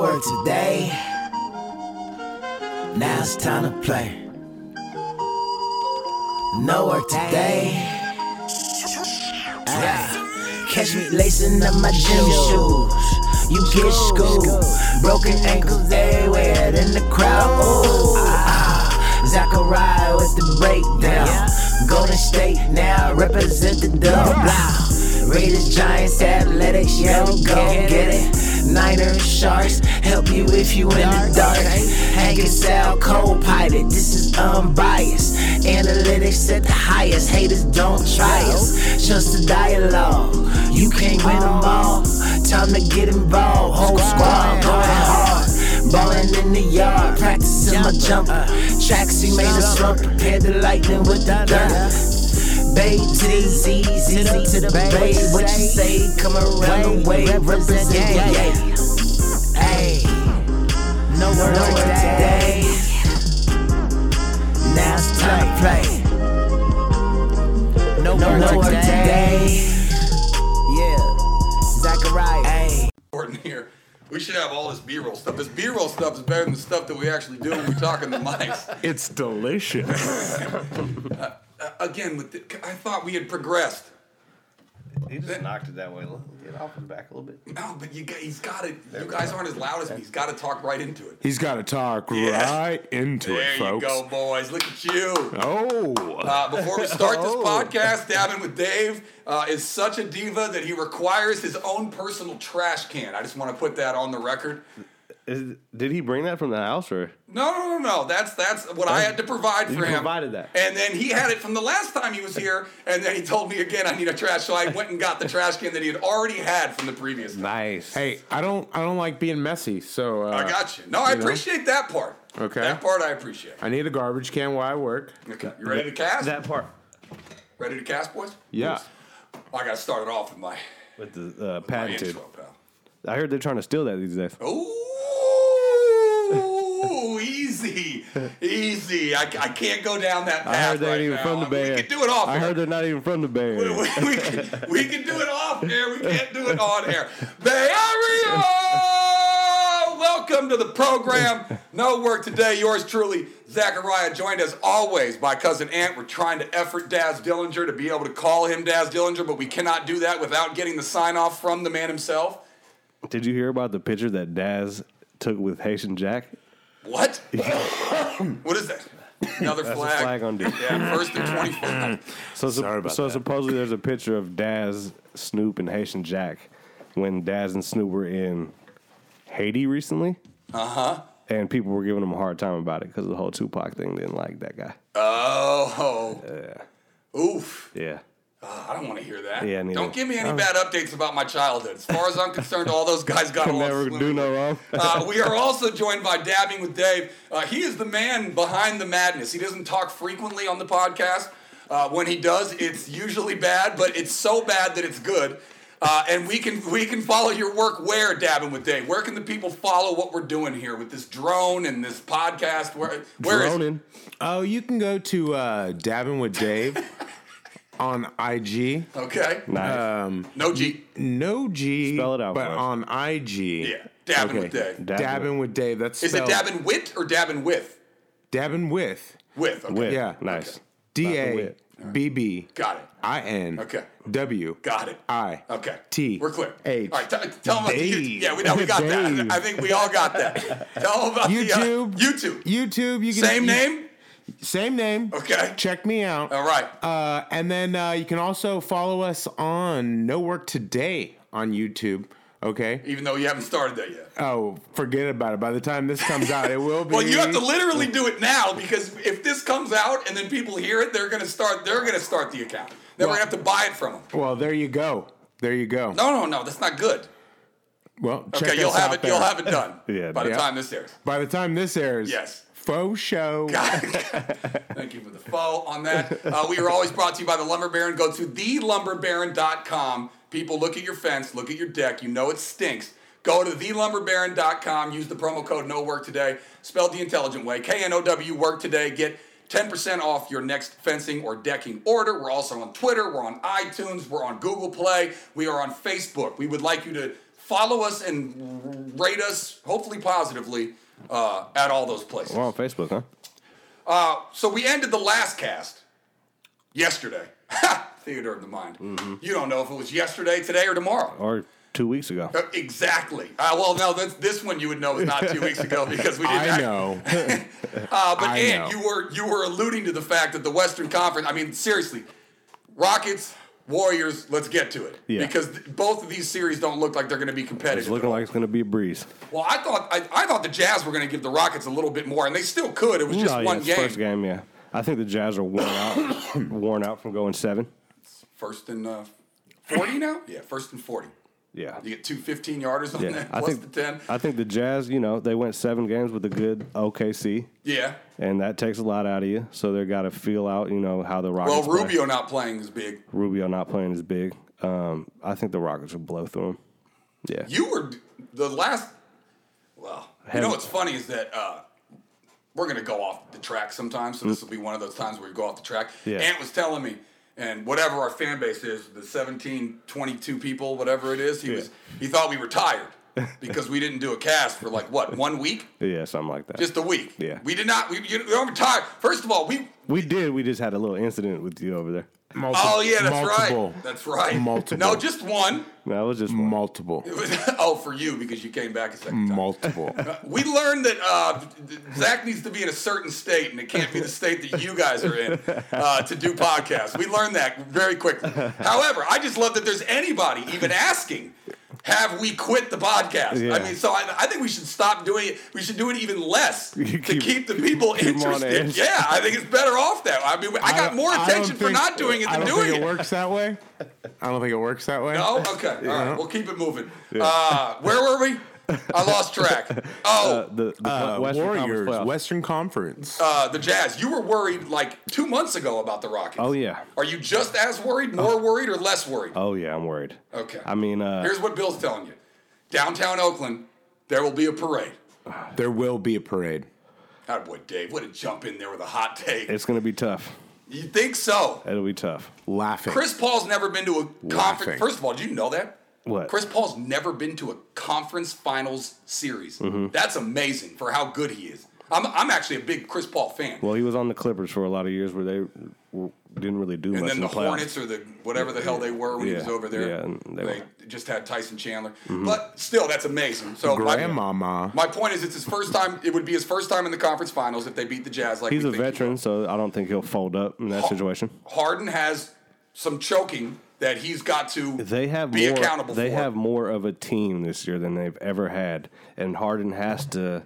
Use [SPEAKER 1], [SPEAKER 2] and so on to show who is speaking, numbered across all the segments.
[SPEAKER 1] today. Now it's time to play. No work today. Ah, Catch me lacing up my gym shoes. You get schooled. Broken ankles everywhere in the crowd. Ooh. Ah, Zachariah with the breakdown. Golden State now represent the dub. Blah. Raiders, Giants, Athletics, yeah, we go get it. Niners, Sharks, help you if you in the dark. Hanging Sal, cold pilot, this is unbiased. Analytics at the highest, haters don't try us. Just a dialogue, you can't win them all. Time to get involved, whole squad going hard. Ballin' in the yard, practicing my jumper. Tracks we made a slump, prepared the lightning with the thunder. Babe to the Z, Z to the bay. What you say? Come around the way, represent, yeah, yeah. Ayy, no work today. Now it's time to play. No work today. Yeah, Zachariah. Ayy.
[SPEAKER 2] Gordon here. We should have all this B-roll stuff. This B-roll stuff is better than the stuff that we actually do when we talk in the mics.
[SPEAKER 3] It's delicious.
[SPEAKER 2] Again, with the, I thought we had progressed.
[SPEAKER 4] He just knocked it that way. Let- Get off and back a little bit.
[SPEAKER 2] No, but you, gu- he's got it. You guys aren't as loud as me. He's got to talk right into it.
[SPEAKER 3] He's got to talk
[SPEAKER 2] Yeah.
[SPEAKER 3] right into
[SPEAKER 2] There
[SPEAKER 3] it,
[SPEAKER 2] you
[SPEAKER 3] folks.
[SPEAKER 2] go, boys. Look at you.
[SPEAKER 3] Oh,
[SPEAKER 2] Uh, before we start this
[SPEAKER 3] Oh.
[SPEAKER 2] podcast, Dabbing with Dave uh, is such a diva that he requires his own personal trash can. I just want to put that on the record.
[SPEAKER 4] Is, did he bring that from the house or?
[SPEAKER 2] No, no, no, no. That's that's what I had to provide for
[SPEAKER 4] You
[SPEAKER 2] him.
[SPEAKER 4] provided that.
[SPEAKER 2] and then he had it from the last time he was here, and then he told me again I need a trash. So I went and got the trash can that he had already had from the previous. time.
[SPEAKER 4] Nice.
[SPEAKER 3] hey, I don't, I don't like being messy, so uh,
[SPEAKER 2] I got you. No, I
[SPEAKER 3] You know?
[SPEAKER 2] appreciate that part.
[SPEAKER 3] Okay.
[SPEAKER 2] that part I appreciate.
[SPEAKER 3] I need a garbage can while I work.
[SPEAKER 2] Okay, you ready to cast?
[SPEAKER 4] that part
[SPEAKER 2] ready to cast, boys?
[SPEAKER 3] Yeah,
[SPEAKER 2] I got to start it off with my,
[SPEAKER 4] with the uh,
[SPEAKER 2] my
[SPEAKER 4] patented.
[SPEAKER 2] intro, pal.
[SPEAKER 4] I heard they're trying to steal that these days.
[SPEAKER 2] Ooh, easy, easy. I, I can't go down that path
[SPEAKER 4] I heard they're
[SPEAKER 2] right
[SPEAKER 4] even
[SPEAKER 2] now.
[SPEAKER 4] from the
[SPEAKER 2] We
[SPEAKER 4] Bay. Area.
[SPEAKER 2] can do it off.
[SPEAKER 4] I
[SPEAKER 2] air.
[SPEAKER 4] heard they're not even from the Bay.
[SPEAKER 2] we,
[SPEAKER 4] Area.
[SPEAKER 2] we can, we can do it off air. We can't do it on air. Bay Area! Welcome to the program. No work today. Yours truly, Zachariah, joined as always by cousin Ant. We're trying to effort Daz Dillinger to be able to call him Daz Dillinger, but we cannot do that without getting the sign off from the man himself.
[SPEAKER 4] Did you hear about the picture that Daz took with Haitian Jack?
[SPEAKER 2] What? what is that? Another
[SPEAKER 4] That's
[SPEAKER 2] flag.
[SPEAKER 4] a flag on dude.
[SPEAKER 2] Yeah, first and 25.
[SPEAKER 4] So, sup-
[SPEAKER 3] Sorry about
[SPEAKER 4] so
[SPEAKER 3] that.
[SPEAKER 4] supposedly there's a picture of Daz, Snoop, and Haitian Jack when Daz and Snoop were in Haiti recently. Uh huh.
[SPEAKER 2] Uh-huh.
[SPEAKER 4] And people were giving him a hard time about it because the whole Tupac thing didn't like that guy.
[SPEAKER 2] Oh. Oof.
[SPEAKER 4] Yeah.
[SPEAKER 2] I don't want to hear that.
[SPEAKER 4] Yeah, neither.
[SPEAKER 2] don't give me any
[SPEAKER 4] Um,
[SPEAKER 2] bad updates about my childhood. As far as I'm concerned, all those guys got
[SPEAKER 4] Can
[SPEAKER 2] along.
[SPEAKER 4] never do
[SPEAKER 2] swimmingly.
[SPEAKER 4] no wrong.
[SPEAKER 2] Uh, we are also joined by Dabbing with Dave. Uh, he is the man behind the madness. He doesn't talk frequently on the podcast. Uh, when he does, it's usually bad, but it's so bad that it's good. Uh, and we can we can follow your work where Dabbing with Dave. Where can the people follow what we're doing here with this drone and this podcast? Where where is
[SPEAKER 4] Ronan.
[SPEAKER 3] Oh, you can go to uh, Dabbing with Dave on IG.
[SPEAKER 2] okay?
[SPEAKER 4] Nice.
[SPEAKER 2] No G.
[SPEAKER 3] No G,
[SPEAKER 4] Spell it out
[SPEAKER 3] but
[SPEAKER 4] for us.
[SPEAKER 3] on IG.
[SPEAKER 2] Yeah, Dabbing with
[SPEAKER 3] Okay.
[SPEAKER 2] Dave.
[SPEAKER 4] Da-
[SPEAKER 3] Dabbing with Dave. That's
[SPEAKER 2] Is it
[SPEAKER 3] spelled
[SPEAKER 2] Dabbing with or Dabbing with?
[SPEAKER 3] Dabbing with
[SPEAKER 2] With. Okay.
[SPEAKER 4] Win.
[SPEAKER 3] yeah.
[SPEAKER 4] Nice.
[SPEAKER 3] D A B B
[SPEAKER 2] Got it.
[SPEAKER 3] I N
[SPEAKER 2] Okay.
[SPEAKER 3] W
[SPEAKER 2] Got it.
[SPEAKER 3] I
[SPEAKER 2] Okay.
[SPEAKER 3] T
[SPEAKER 2] We're clear.
[SPEAKER 3] H
[SPEAKER 2] All right. T- tell them about the YouTube.
[SPEAKER 3] Dave.
[SPEAKER 2] Yeah, we, no, we got that.
[SPEAKER 3] Dave.
[SPEAKER 2] I think we all got that. tell them about
[SPEAKER 3] YouTube.
[SPEAKER 2] the uh, YouTube.
[SPEAKER 3] YouTube. You can
[SPEAKER 2] Same
[SPEAKER 3] you-
[SPEAKER 2] name.
[SPEAKER 3] Same name.
[SPEAKER 2] Okay.
[SPEAKER 3] Check me out.
[SPEAKER 2] All right.
[SPEAKER 3] Uh, and then uh, you can also follow us on No Work Today on YouTube. Okay.
[SPEAKER 2] Even though you haven't started that yet.
[SPEAKER 3] Oh, forget about it. By the time this comes out, it will be.
[SPEAKER 2] Well, you have to literally do it now because if this comes out and then people hear it, they're gonna start. They're gonna start the account. Then we're gonna have to buy it from them.
[SPEAKER 3] Well, there you go. There you go.
[SPEAKER 2] No, no, no. That's not good.
[SPEAKER 3] Well, check
[SPEAKER 2] Okay, you'll
[SPEAKER 3] us
[SPEAKER 2] have
[SPEAKER 3] out
[SPEAKER 2] it. You'll
[SPEAKER 3] there.
[SPEAKER 2] have it done
[SPEAKER 4] Yeah,
[SPEAKER 2] by the
[SPEAKER 3] yeah.
[SPEAKER 2] time this airs.
[SPEAKER 3] By the time this airs,
[SPEAKER 2] Yes.
[SPEAKER 3] faux show.
[SPEAKER 2] Thank you for the faux on that. Uh, we are always brought to you by the Lumber Baron. Go to thelumberbaron.com. People, look at your fence, look at your deck. You know it stinks. Go to thelumberbaron.com. Use the promo code No Work Today, spelled the intelligent way. K N O W Work Today. Get 10% off your next fencing or decking order. We're also on Twitter. We're on iTunes. We're on Google Play. We are on Facebook. We would like you to Follow us and rate us, hopefully positively, uh, at all those places.
[SPEAKER 4] We're on Facebook, huh?
[SPEAKER 2] So we ended the last cast yesterday. Theater of the mind. You don't know if it was yesterday, today, or tomorrow.
[SPEAKER 4] Or two weeks ago.
[SPEAKER 2] Uh, Exactly. Uh, well, no, this, this one you would know is not two weeks ago because we didn't.
[SPEAKER 3] I
[SPEAKER 2] act-
[SPEAKER 3] know.
[SPEAKER 2] Uh, but
[SPEAKER 3] I
[SPEAKER 2] and
[SPEAKER 3] know.
[SPEAKER 2] you were you were alluding to the fact that the Western Conference. I mean, seriously, Rockets, Warriors. Let's get to it
[SPEAKER 4] Yeah.
[SPEAKER 2] because th- both of these series don't look like they're going to be competitive.
[SPEAKER 4] It's looking like it's gonna be a breeze.
[SPEAKER 2] well, I thought I, I thought the Jazz were going to give the Rockets a little bit more, and they still could. It was just
[SPEAKER 4] No, yeah,
[SPEAKER 2] one
[SPEAKER 4] it's
[SPEAKER 2] game.
[SPEAKER 4] First game, yeah. I think the Jazz are worn out, worn out from going seven.
[SPEAKER 2] First and uh, forty now. Yeah, first and forty.
[SPEAKER 4] Yeah,
[SPEAKER 2] You get two 15 yarders on
[SPEAKER 4] yeah.
[SPEAKER 2] that
[SPEAKER 4] I
[SPEAKER 2] plus
[SPEAKER 4] think
[SPEAKER 2] the ten.
[SPEAKER 4] I think the Jazz, you know, they went seven games with a good OKC,
[SPEAKER 2] Yeah.
[SPEAKER 4] and that takes a lot out of you. So they got to feel out, you know, how the Rockets.
[SPEAKER 2] Well,
[SPEAKER 4] play.
[SPEAKER 2] Rubio not playing is big.
[SPEAKER 4] Rubio not playing is big. Um, I think the Rockets will blow through them. Yeah,
[SPEAKER 2] You were the last. Well, you know what's funny is that uh, we're gonna go off the track sometimes, so this will be one of those times where you go off the track.
[SPEAKER 4] Yeah.
[SPEAKER 2] Ant was telling me, and whatever our fan base is, the 17, 22 people, whatever it is, he was he thought we were tired because we didn't do a cast for like what one week,
[SPEAKER 4] yeah, something like that.
[SPEAKER 2] just a week.
[SPEAKER 4] Yeah.
[SPEAKER 2] we did not. We you know, we were tired. First of all, we.
[SPEAKER 4] we did. We just had a little incident with you over there.
[SPEAKER 3] Multi-
[SPEAKER 2] Oh yeah, that's
[SPEAKER 3] multiple,
[SPEAKER 2] right. That's right.
[SPEAKER 3] Multiple.
[SPEAKER 2] No, just one.
[SPEAKER 4] No, it was just
[SPEAKER 3] multiple,
[SPEAKER 2] It was, oh, for you because you came back a second time.
[SPEAKER 3] multiple.
[SPEAKER 2] We learned that uh, Zach needs to be in a certain state, and it can't be the state that you guys are in uh, to do podcasts. We learned that very quickly. However, I just love that there's anybody even asking, "Have we quit the podcast?"
[SPEAKER 4] Yeah.
[SPEAKER 2] I mean, so I, I think we should stop doing it. We should do it even less
[SPEAKER 4] You
[SPEAKER 2] to
[SPEAKER 4] keep-
[SPEAKER 2] keep the people
[SPEAKER 4] keep 'em on
[SPEAKER 2] interested.
[SPEAKER 4] edge.
[SPEAKER 2] Yeah, I think it's better off that. I mean, I got
[SPEAKER 3] don't-
[SPEAKER 2] more
[SPEAKER 3] I don't
[SPEAKER 2] attention for
[SPEAKER 3] think-
[SPEAKER 2] not doing it
[SPEAKER 3] I
[SPEAKER 2] than
[SPEAKER 3] don't
[SPEAKER 2] doing
[SPEAKER 3] think
[SPEAKER 2] it.
[SPEAKER 3] it works that way. I don't think it works that way.
[SPEAKER 2] No? Oh, Okay. All right. We'll keep it moving. Uh, where were we? I lost track. Oh,
[SPEAKER 4] the, the
[SPEAKER 3] Uh,
[SPEAKER 4] Western Conference
[SPEAKER 3] Warriors,
[SPEAKER 4] playoffs.
[SPEAKER 3] Western Conference.
[SPEAKER 2] uh, the Jazz. You were worried like two months ago about the Rockets.
[SPEAKER 4] Oh yeah.
[SPEAKER 2] Are you just as worried, more worried, or less worried?
[SPEAKER 4] Oh yeah, I'm worried.
[SPEAKER 2] Okay.
[SPEAKER 4] I mean, uh,
[SPEAKER 2] Here's what Bill's telling you. Downtown Oakland, there will be a parade.
[SPEAKER 3] there will be a parade.
[SPEAKER 2] That boy Dave would have jumped in there with a hot take.
[SPEAKER 4] it's gonna be tough.
[SPEAKER 2] you think so?
[SPEAKER 4] It'll be tough.
[SPEAKER 3] Laughing.
[SPEAKER 2] Chris Paul's never been to a conference.
[SPEAKER 3] Laughing.
[SPEAKER 2] First of all, do you know that?
[SPEAKER 4] What?
[SPEAKER 2] Chris Paul's never been to a conference finals series.
[SPEAKER 4] Mm-hmm.
[SPEAKER 2] That's amazing for how good he is. I'm, I'm actually a big Chris Paul fan.
[SPEAKER 4] Well, he was on the Clippers for a lot of years where they w- didn't really do
[SPEAKER 2] and
[SPEAKER 4] much.
[SPEAKER 2] then
[SPEAKER 4] in
[SPEAKER 2] the
[SPEAKER 4] the, playoffs.
[SPEAKER 2] Hornets or the whatever the hell they were when he
[SPEAKER 4] Yeah,
[SPEAKER 2] was over there.
[SPEAKER 4] yeah, and
[SPEAKER 2] they
[SPEAKER 4] they Mm-hmm.
[SPEAKER 2] just had Tyson Chandler. But still, that's amazing. So my-
[SPEAKER 3] Grandmama.
[SPEAKER 2] My, point is, it's his first time. It would be his first time in the conference finals if they beat the Jazz. Like
[SPEAKER 4] He's
[SPEAKER 2] we
[SPEAKER 4] a
[SPEAKER 2] think he
[SPEAKER 4] veteran, so I don't think he'll fold up in that situation.
[SPEAKER 2] will. Harden has some choking that he's got to
[SPEAKER 4] They have
[SPEAKER 2] be
[SPEAKER 4] more.
[SPEAKER 2] accountable
[SPEAKER 4] they
[SPEAKER 2] for.
[SPEAKER 4] have more of a team this year than they've ever had, and Harden has to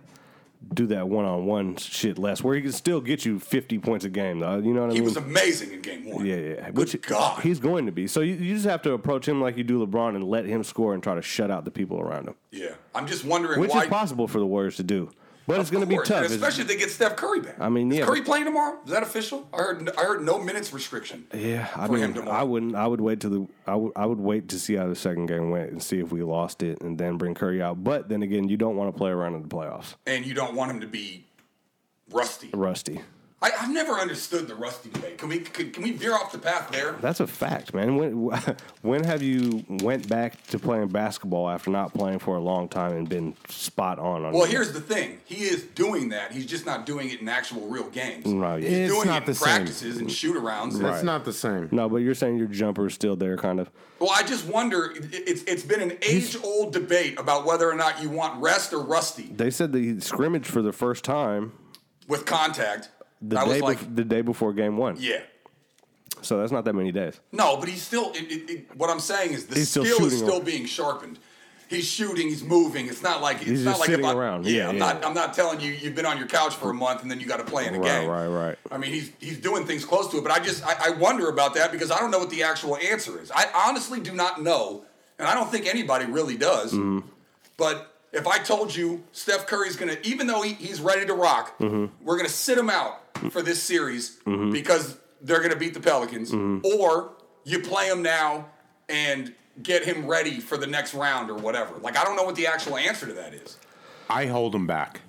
[SPEAKER 4] do that one-on-one shit less, where he can still get you fifty points a game. Though you know what I
[SPEAKER 2] he
[SPEAKER 4] mean?
[SPEAKER 2] was amazing in Game One.
[SPEAKER 4] Yeah, yeah.
[SPEAKER 2] Good God.
[SPEAKER 4] He's going to be. So you, you just have to approach him like you do LeBron and let him score and try to shut out the people around him,
[SPEAKER 2] yeah. I'm just wondering
[SPEAKER 4] which
[SPEAKER 2] why.
[SPEAKER 4] is possible for the Warriors to do. But it's
[SPEAKER 2] Of
[SPEAKER 4] going to be
[SPEAKER 2] course,
[SPEAKER 4] tough.
[SPEAKER 2] and
[SPEAKER 4] It's-
[SPEAKER 2] especially if they get Steph Curry back.
[SPEAKER 4] I mean,
[SPEAKER 2] Is
[SPEAKER 4] yeah,
[SPEAKER 2] Curry
[SPEAKER 4] but-
[SPEAKER 2] playing tomorrow? Is that official? I heard. I heard no minutes restriction.
[SPEAKER 4] yeah, I
[SPEAKER 2] for him
[SPEAKER 4] mean,
[SPEAKER 2] tomorrow.
[SPEAKER 4] I wouldn't. I would wait to the. I would. I would wait to see how the second game went and see if we lost it, and then bring Curry out. But then again, you don't want to play around in the playoffs,
[SPEAKER 2] And you don't want him to be rusty.
[SPEAKER 4] rusty.
[SPEAKER 2] I, I've never understood the rusty debate. Can we can, can we veer off the path there?
[SPEAKER 4] That's a fact, man. When when have you went back to playing basketball after not playing for a long time and been spot on? on
[SPEAKER 2] Well,
[SPEAKER 4] your-
[SPEAKER 2] here's the thing. He is doing that. He's just not doing it in actual real games.
[SPEAKER 4] Right.
[SPEAKER 2] He's
[SPEAKER 3] It's
[SPEAKER 2] doing
[SPEAKER 3] not
[SPEAKER 2] it
[SPEAKER 3] the
[SPEAKER 2] in
[SPEAKER 3] same.
[SPEAKER 2] practices and shoot arounds.
[SPEAKER 3] It's not the same.
[SPEAKER 4] no, but you're saying your jumper's still there, kind of.
[SPEAKER 2] Well, I just wonder. it- It's it's been an age old debate about whether or not you want rest or rusty
[SPEAKER 4] They said the scrimmage for the first time
[SPEAKER 2] with contact.
[SPEAKER 4] the
[SPEAKER 2] I
[SPEAKER 4] day
[SPEAKER 2] was like,
[SPEAKER 4] bef- the day before game one.
[SPEAKER 2] yeah.
[SPEAKER 4] So that's not that many days.
[SPEAKER 2] No, but he's still. It, it, it, what I'm saying is the
[SPEAKER 4] He's still
[SPEAKER 2] skill is
[SPEAKER 4] shooting
[SPEAKER 2] still
[SPEAKER 4] over.
[SPEAKER 2] being sharpened. He's shooting. He's moving. It's not like it's
[SPEAKER 4] He's
[SPEAKER 2] not
[SPEAKER 4] just
[SPEAKER 2] like
[SPEAKER 4] sitting
[SPEAKER 2] if I-
[SPEAKER 4] around.
[SPEAKER 2] Yeah,
[SPEAKER 4] Yeah,
[SPEAKER 2] I'm
[SPEAKER 4] yeah.
[SPEAKER 2] not. I'm not telling you. You've been on your couch for a month and then you got to play in a
[SPEAKER 4] Right,
[SPEAKER 2] game.
[SPEAKER 4] right, right.
[SPEAKER 2] I mean, he's he's doing things close to it, but I just I, I wonder about that because I don't know what the actual answer is. I honestly do not know, and I don't think anybody really does.
[SPEAKER 4] Mm-hmm.
[SPEAKER 2] But if I told you Steph Curry's gonna, even though he, he's ready to rock,
[SPEAKER 4] Mm-hmm.
[SPEAKER 2] we're gonna sit him out for this series because they're gonna beat the Pelicans,
[SPEAKER 4] Mm-hmm.
[SPEAKER 2] or you play him now and get him ready for the next round or whatever. Like I don't know what the actual answer to that is.
[SPEAKER 3] I hold him back.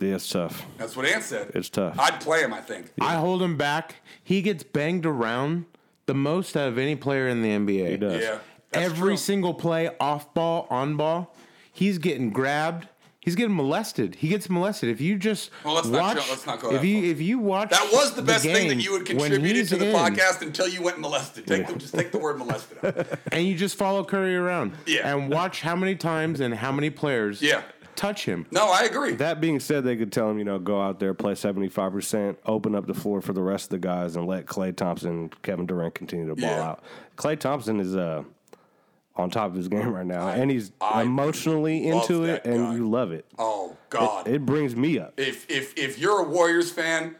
[SPEAKER 4] Yeah, it's tough.
[SPEAKER 2] That's what Ant said.
[SPEAKER 4] It's tough.
[SPEAKER 2] I'd play him. I think.
[SPEAKER 3] I hold him back. He gets banged around the most out of any player in the NBA.
[SPEAKER 4] He does.
[SPEAKER 2] Yeah.
[SPEAKER 3] every
[SPEAKER 2] true.
[SPEAKER 3] single play, off ball, on ball, he's getting grabbed. He's getting molested. He gets molested. If you just
[SPEAKER 2] Well, let's not
[SPEAKER 3] watch,
[SPEAKER 2] go- let's not go
[SPEAKER 3] if
[SPEAKER 2] that
[SPEAKER 3] you
[SPEAKER 2] far.
[SPEAKER 3] if you watch,
[SPEAKER 2] That was the best thing that
[SPEAKER 3] game
[SPEAKER 2] you had
[SPEAKER 3] when
[SPEAKER 2] contributed
[SPEAKER 3] he's
[SPEAKER 2] to the
[SPEAKER 3] in,
[SPEAKER 2] podcast until you went molested. Take the, just take the word molested out.
[SPEAKER 3] and you just follow Curry around,
[SPEAKER 2] Yeah.
[SPEAKER 3] and watch how many times and how many players,
[SPEAKER 2] Yeah.
[SPEAKER 3] touch him.
[SPEAKER 2] No, I agree.
[SPEAKER 4] That being said, they could tell him, you know, go out there, play 75%, open up the floor for the rest of the guys, and let Clay Thompson, Kevin Durant continue to ball
[SPEAKER 2] Yeah.
[SPEAKER 4] out. Clay Thompson is uh, on top of his game right now, and he's emotionally
[SPEAKER 2] love
[SPEAKER 4] into it,
[SPEAKER 2] that guy.
[SPEAKER 4] and you love it.
[SPEAKER 2] oh God.
[SPEAKER 4] It brings me up.
[SPEAKER 2] if if if you're a Warriors fan,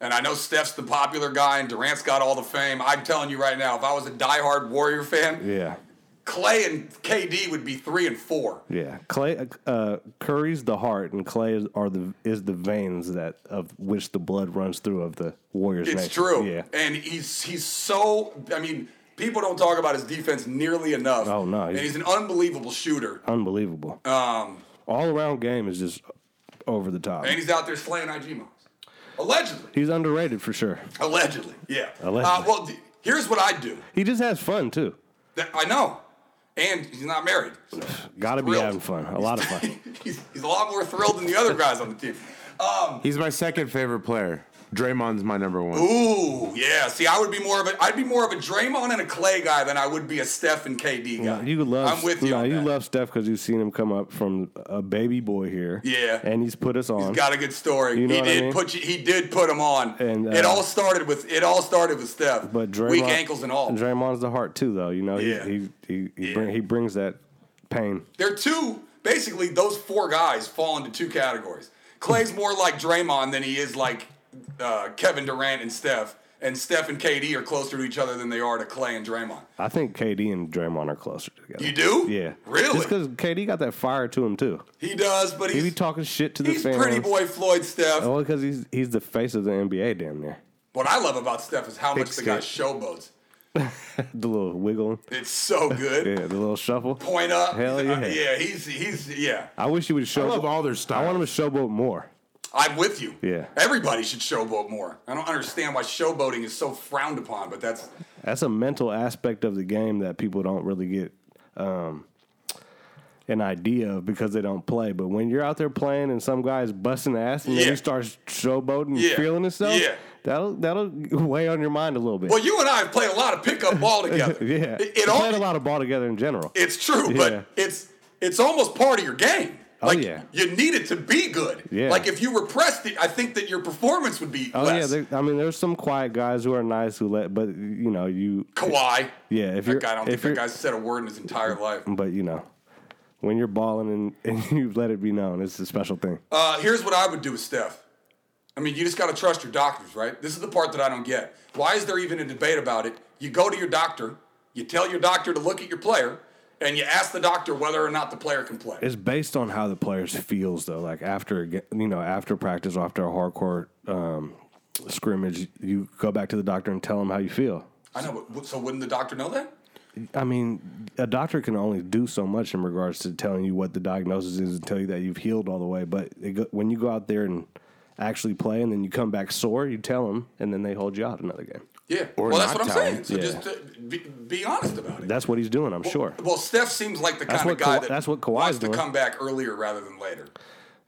[SPEAKER 2] and I know Steph's the popular guy and Durant's got all the fame, I'm telling you right now, if I was a diehard Warrior fan,
[SPEAKER 4] Yeah.
[SPEAKER 2] Clay and KD would be three and four.
[SPEAKER 4] Yeah, Clay uh, Curry's the heart, and Clay is, are the is the veins that of which the blood runs through of the Warriors.
[SPEAKER 2] It's
[SPEAKER 4] nation.
[SPEAKER 2] true.
[SPEAKER 4] Yeah.
[SPEAKER 2] And he's he's so I mean, people don't talk about his defense nearly enough.
[SPEAKER 4] Oh, no,
[SPEAKER 2] And
[SPEAKER 4] he's-
[SPEAKER 2] he's an unbelievable shooter.
[SPEAKER 4] Unbelievable.
[SPEAKER 2] Um
[SPEAKER 4] All around game is just over the top.
[SPEAKER 2] and he's out there slaying IG moms. Allegedly.
[SPEAKER 4] He's underrated for sure.
[SPEAKER 2] Allegedly. Yeah. Uh,
[SPEAKER 4] Allegedly.
[SPEAKER 2] well, th- here's what I do.
[SPEAKER 4] He just has fun too.
[SPEAKER 2] That, I know. And he's not married.
[SPEAKER 4] Got to be
[SPEAKER 2] Thrilled.
[SPEAKER 4] having fun. A lot of fun.
[SPEAKER 2] he's, he's a lot more thrilled than the other guys on the team.
[SPEAKER 3] He's my second favorite player. Draymond's my number one.
[SPEAKER 2] Ooh, yeah. See, I would be more of a I'd be more of a Draymond and a Clay guy than I would be a Steph and KD guy.
[SPEAKER 4] You love.
[SPEAKER 2] I'm with you.
[SPEAKER 4] No,
[SPEAKER 2] on
[SPEAKER 4] you
[SPEAKER 2] that.
[SPEAKER 4] love Steph because you've seen him come up from a baby boy here.
[SPEAKER 2] Yeah.
[SPEAKER 4] and he's put us on.
[SPEAKER 2] He's got a good story.
[SPEAKER 4] You know
[SPEAKER 2] he
[SPEAKER 4] what I
[SPEAKER 2] did
[SPEAKER 4] mean?
[SPEAKER 2] put you, he did put him on.
[SPEAKER 4] And,
[SPEAKER 2] it
[SPEAKER 4] uh,
[SPEAKER 2] all started with it all started with Steph.
[SPEAKER 4] but Draymond,
[SPEAKER 2] weak ankles and all.
[SPEAKER 4] Draymond's the heart too, though. You know, he
[SPEAKER 2] Yeah.
[SPEAKER 4] he he, he,
[SPEAKER 2] Yeah.
[SPEAKER 4] bring, he brings that pain.
[SPEAKER 2] They're two basically those four guys fall into two categories. Clay's more like Draymond than he is like uh, Kevin Durant and Steph. And Steph and KD are closer to each other than they are to Clay and Draymond.
[SPEAKER 4] I think KD and Draymond are closer together.
[SPEAKER 2] You do?
[SPEAKER 4] Yeah.
[SPEAKER 2] Really?
[SPEAKER 4] Just because KD got that fire to him too.
[SPEAKER 2] He does, but
[SPEAKER 4] He
[SPEAKER 2] he's
[SPEAKER 4] be talking shit to the
[SPEAKER 2] he's
[SPEAKER 4] fans.
[SPEAKER 2] pretty boy Floyd Steph.
[SPEAKER 4] Only because he's he's the face of the NBA damn near.
[SPEAKER 2] What I love about Steph is how much the
[SPEAKER 3] Thick
[SPEAKER 2] guy showboats.
[SPEAKER 4] The little wiggle,
[SPEAKER 2] It's so good.
[SPEAKER 4] yeah, the little shuffle.
[SPEAKER 2] Point up.
[SPEAKER 4] Hell
[SPEAKER 2] Uh,
[SPEAKER 4] yeah.
[SPEAKER 2] yeah, he's he's yeah.
[SPEAKER 4] I wish he would
[SPEAKER 3] I
[SPEAKER 4] show.
[SPEAKER 3] love all their
[SPEAKER 4] I
[SPEAKER 3] style.
[SPEAKER 4] want him to showboat more.
[SPEAKER 2] I'm with you.
[SPEAKER 4] Yeah.
[SPEAKER 2] Everybody should showboat more. I don't understand why showboating is so frowned upon, but that's
[SPEAKER 4] That's a mental aspect of the game that people don't really get um, an idea of because they don't play. But when you're out there playing and some guy's busting ass and
[SPEAKER 2] Yeah.
[SPEAKER 4] then he starts showboating, and
[SPEAKER 2] Yeah.
[SPEAKER 4] feeling himself,
[SPEAKER 2] Yeah.
[SPEAKER 4] that'll that'll weigh on your mind a little bit.
[SPEAKER 2] well, you and I have played a lot of pickup ball together.
[SPEAKER 4] yeah,
[SPEAKER 2] It,
[SPEAKER 4] We
[SPEAKER 2] it all,
[SPEAKER 4] played a lot of ball together in general.
[SPEAKER 2] It's true,
[SPEAKER 4] Yeah.
[SPEAKER 2] but it's it's almost part of your game.
[SPEAKER 4] Oh,
[SPEAKER 2] Like
[SPEAKER 4] yeah.
[SPEAKER 2] you need it to be good.
[SPEAKER 4] Yeah.
[SPEAKER 2] Like if you repressed it, I think that your performance would be
[SPEAKER 4] Oh
[SPEAKER 2] less.
[SPEAKER 4] yeah, there- I mean, there's some quiet guys who are nice who let, but you know, you
[SPEAKER 2] Kawhi.
[SPEAKER 4] yeah, if you're
[SPEAKER 2] That guy, I don't
[SPEAKER 4] if
[SPEAKER 2] think
[SPEAKER 4] you're,
[SPEAKER 2] that guy's said a word in his entire life.
[SPEAKER 4] but you know, when you're balling and, and you let it be known, it's a special thing.
[SPEAKER 2] Uh, here's what I would do with Steph. I mean, you just got to trust your doctors, right? This is the part that I don't get. Why is there even a debate about it? You go to your doctor, you tell your doctor to look at your player, and you ask the doctor whether or not the player can play.
[SPEAKER 4] It's based on how the players feels though. Like after a ga- you know after practice or after a hardcore um, scrimmage, you go back to the doctor and tell him how you feel.
[SPEAKER 2] I know, but so wouldn't the doctor know that?
[SPEAKER 4] I mean, a doctor can only do so much in regards to telling you what the diagnosis is and tell you that you've healed all the way. But it go, when you go out there and actually play, and then you come back sore, you tell them, and then they hold you out another game.
[SPEAKER 2] Yeah.
[SPEAKER 3] Or
[SPEAKER 2] well, that's
[SPEAKER 3] not
[SPEAKER 2] what I'm
[SPEAKER 3] tell
[SPEAKER 2] saying.
[SPEAKER 3] him.
[SPEAKER 2] So
[SPEAKER 4] Yeah.
[SPEAKER 2] just uh, be, be honest about it.
[SPEAKER 4] That's what he's doing, I'm sure.
[SPEAKER 2] Well, Steph seems like the
[SPEAKER 4] That's
[SPEAKER 2] kind of
[SPEAKER 4] what
[SPEAKER 2] guy
[SPEAKER 4] Ka-
[SPEAKER 2] that
[SPEAKER 4] that's what Kawhi's
[SPEAKER 2] wants to
[SPEAKER 4] doing.
[SPEAKER 2] come back earlier rather than later.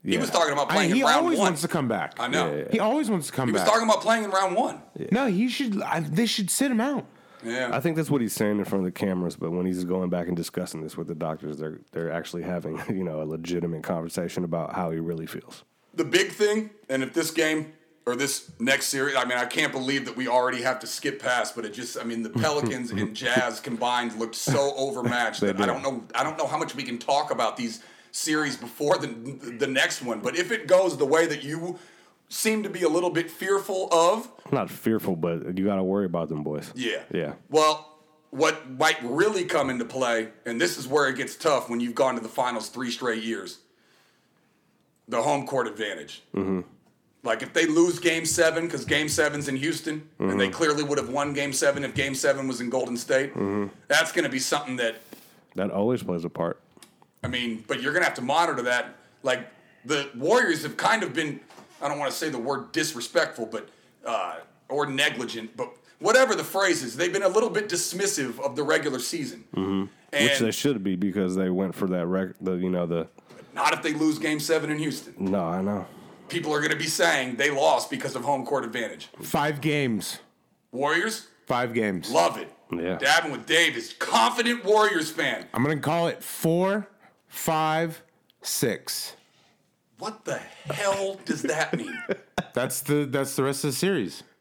[SPEAKER 2] He
[SPEAKER 4] Yeah.
[SPEAKER 2] was talking about
[SPEAKER 3] I,
[SPEAKER 2] playing
[SPEAKER 3] he
[SPEAKER 2] in round
[SPEAKER 3] always
[SPEAKER 2] one.
[SPEAKER 3] wants to come back.
[SPEAKER 2] I know.
[SPEAKER 3] He always wants to come
[SPEAKER 2] He was
[SPEAKER 3] back.
[SPEAKER 2] talking about playing in round one.
[SPEAKER 3] no, he should. I, they should sit him out.
[SPEAKER 2] Yeah.
[SPEAKER 4] I think that's what he's saying in front of the cameras. But when he's going back and discussing this with the doctors, they're they're actually having you know a legitimate conversation about how he really feels.
[SPEAKER 2] the big thing, and if this game or this next series, I mean, I can't believe that we already have to skip past, but it just, I mean, the Pelicans and Jazz combined looked so overmatched that I don't know, I don't know how much we can talk about these series before the the next one. But if it goes the way that you seem to be a little bit fearful of,
[SPEAKER 4] Not fearful, but you got to worry about them boys.
[SPEAKER 2] yeah.
[SPEAKER 4] yeah.
[SPEAKER 2] Well, what might really come into play, and this is where it gets tough when you've gone to the finals three straight years, the home court advantage. Mm-hmm. Like if they lose game seven, because game seven's in Houston, and they clearly would have won game seven if game seven was in Golden State, that's going to be something that,
[SPEAKER 4] That always plays a part.
[SPEAKER 2] I mean, but you're going to have to monitor that. Like the Warriors have kind of been, I don't want to say the word disrespectful, but, uh, or negligent, but whatever the phrase is, they've been a little bit dismissive of the regular season. Mm-hmm. And
[SPEAKER 4] Which they should be because they went for that record. The you know the
[SPEAKER 2] not if they lose Game Seven in Houston.
[SPEAKER 4] no, I know.
[SPEAKER 2] People are going to be saying they lost because of home court advantage.
[SPEAKER 3] Five games.
[SPEAKER 2] Warriors
[SPEAKER 3] Five games.
[SPEAKER 2] love it.
[SPEAKER 4] Yeah.
[SPEAKER 2] Dabbing with Dave is confident Warriors fan.
[SPEAKER 3] I'm gonna call it four, five, six.
[SPEAKER 2] What the hell does that mean?
[SPEAKER 3] That's the that's the rest of the series.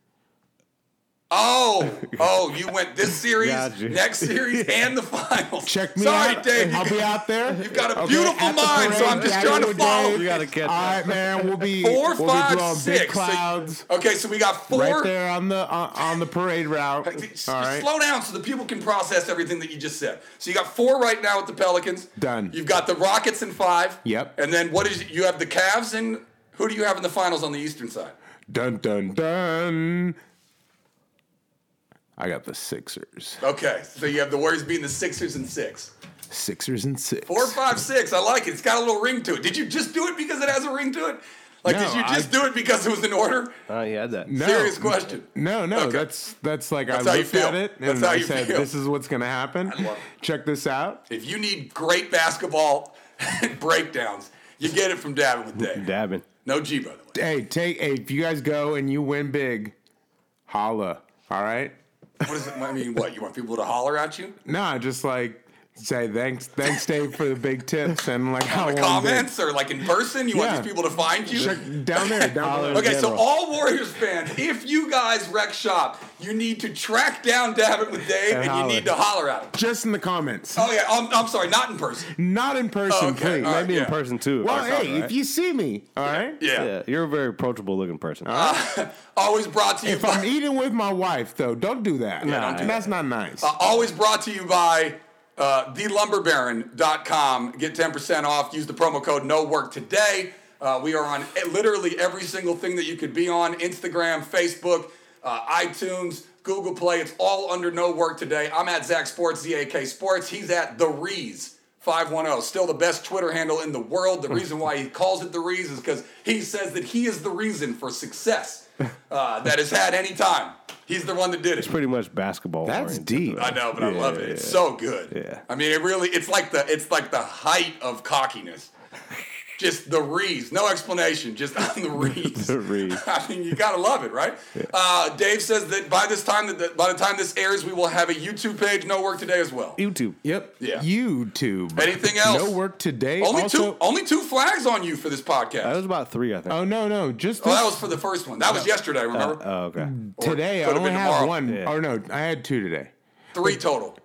[SPEAKER 2] Oh, oh, you went this series,
[SPEAKER 4] Got you.
[SPEAKER 2] next series, and the finals.
[SPEAKER 3] Check me
[SPEAKER 2] Sorry,
[SPEAKER 3] out.
[SPEAKER 2] Dave.
[SPEAKER 3] I'll
[SPEAKER 2] you
[SPEAKER 3] be out there.
[SPEAKER 2] You've got a beautiful mind, so I'm just trying to follow.
[SPEAKER 4] You gotta catch
[SPEAKER 3] All right, man. We'll be
[SPEAKER 2] Four,
[SPEAKER 3] we'll
[SPEAKER 2] five,
[SPEAKER 3] be blowing big
[SPEAKER 2] six. So-
[SPEAKER 3] clouds
[SPEAKER 2] Okay, so we got four.
[SPEAKER 3] right there on the on, on the parade route. All
[SPEAKER 2] Just
[SPEAKER 3] right.
[SPEAKER 2] Slow down so the people can process everything that you just said. So you got four right now with the Pelicans.
[SPEAKER 3] Done.
[SPEAKER 2] You've got the Rockets in five.
[SPEAKER 3] Yep.
[SPEAKER 2] And then what is you have the Cavs and who do you have in the finals on the Eastern side?
[SPEAKER 3] Dun dun dun. I got the Sixers.
[SPEAKER 2] Okay, so you have the Warriors beating the Sixers in six.
[SPEAKER 3] Sixers and six.
[SPEAKER 2] Four, five, six. I like it. It's got a little ring to it. Did you just do it because it has a ring to it? Like,
[SPEAKER 3] No,
[SPEAKER 2] did you just
[SPEAKER 3] I-
[SPEAKER 2] do it because it was in order?
[SPEAKER 4] Oh, you had that.
[SPEAKER 3] No,
[SPEAKER 2] Serious question.
[SPEAKER 3] No, no,
[SPEAKER 2] Okay.
[SPEAKER 3] that's that's like
[SPEAKER 2] That's
[SPEAKER 3] I
[SPEAKER 2] how you
[SPEAKER 3] looked at
[SPEAKER 2] feel.
[SPEAKER 3] it and
[SPEAKER 2] That's how
[SPEAKER 3] I
[SPEAKER 2] you
[SPEAKER 3] said,
[SPEAKER 2] feel.
[SPEAKER 3] "This is what's gonna happen.
[SPEAKER 2] love
[SPEAKER 3] Check this out."
[SPEAKER 2] If you need great basketball breakdowns, you get it from Davin with Dave.
[SPEAKER 4] Dabbing.
[SPEAKER 2] No G, by the way.
[SPEAKER 3] Hey, take hey, if you guys go and you win big, holla. All right.
[SPEAKER 2] What is it? I mean, what? You want people to holler at you?
[SPEAKER 3] Nah, just like say thanks, thanks Dave for the big tips and like how
[SPEAKER 2] the comments or like in person? You
[SPEAKER 3] Yeah.
[SPEAKER 2] want these people to find you?
[SPEAKER 3] down there, down there.
[SPEAKER 2] Okay, so
[SPEAKER 4] General.
[SPEAKER 2] all Warriors fans, if you guys wreck shop, you need to track down Davin with Dave and,
[SPEAKER 3] And
[SPEAKER 2] you
[SPEAKER 3] holler.
[SPEAKER 2] need to holler at him.
[SPEAKER 3] Just in the comments,
[SPEAKER 2] Oh, yeah. I'm, I'm sorry. Not in person.
[SPEAKER 3] not in person,
[SPEAKER 2] okay,
[SPEAKER 3] please.
[SPEAKER 2] all right.
[SPEAKER 4] Maybe
[SPEAKER 2] Yeah.
[SPEAKER 4] in person too. if
[SPEAKER 3] Well,
[SPEAKER 4] I saw,
[SPEAKER 3] hey, if
[SPEAKER 4] right?
[SPEAKER 3] you see me, all right.
[SPEAKER 2] Yeah.
[SPEAKER 4] yeah, you're a very approachable looking person.
[SPEAKER 2] Ah. Always brought to you
[SPEAKER 3] If
[SPEAKER 2] by.
[SPEAKER 3] I'm eating with my wife, though, don't do that.
[SPEAKER 4] don't do
[SPEAKER 3] that's not nice.
[SPEAKER 2] Uh, always brought to you by uh, thelumberbaron.com. Get 10% off. Use the promo code no work today. Uh, we are on e- literally every single thing that you could be on Instagram, Facebook, uh, iTunes, Google Play. It's all under no work today. I'm at Zach Sports, Z A K Sports. He's at The Rees. 510, oh. still the best Twitter handle in the world. The reason why he calls it the Rees is because he says that he is the reason for success uh, that has had any time. He's the one that did it.
[SPEAKER 4] Pretty much basketball.
[SPEAKER 3] That's
[SPEAKER 4] oriented.
[SPEAKER 3] deep.
[SPEAKER 2] I know, but I
[SPEAKER 4] Yeah,
[SPEAKER 2] love it. It's so good.
[SPEAKER 4] Yeah.
[SPEAKER 2] I mean, it really. It's like the. It's like the height of cockiness. Just the rees, no explanation. Just on the rees.
[SPEAKER 4] The rees.
[SPEAKER 2] I mean, you gotta love it, right? Uh, Dave says that by this time that the, by the time this airs, we will have a YouTube page. No work today as well.
[SPEAKER 4] YouTube.
[SPEAKER 3] Yep.
[SPEAKER 2] Yeah.
[SPEAKER 3] YouTube.
[SPEAKER 2] Anything else? Oh,
[SPEAKER 3] No work today.
[SPEAKER 2] Only
[SPEAKER 3] also,
[SPEAKER 2] two. Only two flags on you for this podcast.
[SPEAKER 4] That was Uh, about three, I think.
[SPEAKER 3] Oh no, no, just
[SPEAKER 2] oh,
[SPEAKER 3] this,
[SPEAKER 2] that was for the first one. That was yesterday. Remember,
[SPEAKER 4] oh, okay.
[SPEAKER 3] today. I
[SPEAKER 2] could've
[SPEAKER 3] only
[SPEAKER 2] been
[SPEAKER 3] have
[SPEAKER 2] tomorrow.
[SPEAKER 3] one.
[SPEAKER 4] Yeah.
[SPEAKER 3] Or no, I had two today.
[SPEAKER 2] three total.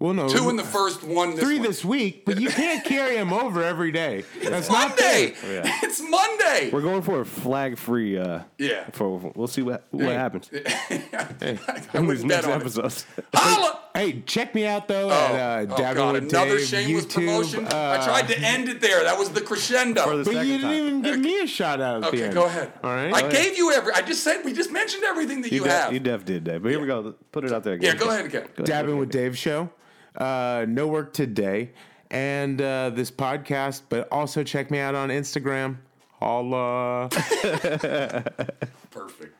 [SPEAKER 3] Well, no,
[SPEAKER 2] Two in the first one. This
[SPEAKER 3] three
[SPEAKER 2] one.
[SPEAKER 3] this week, but you can't carry them over every day. That's not
[SPEAKER 2] Monday.
[SPEAKER 4] Oh, yeah.
[SPEAKER 2] It's Monday.
[SPEAKER 4] We're going for a flag free. Uh,
[SPEAKER 2] Yeah.
[SPEAKER 4] For we'll see what what happens
[SPEAKER 2] I
[SPEAKER 4] in
[SPEAKER 2] wouldn't
[SPEAKER 4] these next
[SPEAKER 2] bet on it.
[SPEAKER 4] episodes.
[SPEAKER 2] Holla!
[SPEAKER 3] Hey, check me out though at uh,
[SPEAKER 2] oh
[SPEAKER 3] Dabbing
[SPEAKER 2] God,
[SPEAKER 3] with
[SPEAKER 2] another
[SPEAKER 3] Dave
[SPEAKER 2] shameless
[SPEAKER 3] YouTube.
[SPEAKER 2] promotion.
[SPEAKER 3] Uh,
[SPEAKER 2] I tried to end it there. That was the
[SPEAKER 4] For
[SPEAKER 2] crescendo.
[SPEAKER 4] the
[SPEAKER 3] but
[SPEAKER 4] second
[SPEAKER 3] you didn't
[SPEAKER 4] time.
[SPEAKER 3] even give me a shout out. At the
[SPEAKER 2] Okay,
[SPEAKER 3] end.
[SPEAKER 2] go ahead.
[SPEAKER 3] All right.
[SPEAKER 2] I gave you every. I just said we just mentioned everything that you,
[SPEAKER 4] You, def-
[SPEAKER 2] have.
[SPEAKER 4] you def did, Dave. But here we go. Put it out there
[SPEAKER 2] yeah,
[SPEAKER 4] again.
[SPEAKER 2] go ahead again.
[SPEAKER 3] Dabbing with Dave show. Uh, no work today, and uh, this podcast. But also check me out on Instagram. Holla.
[SPEAKER 2] Perfect.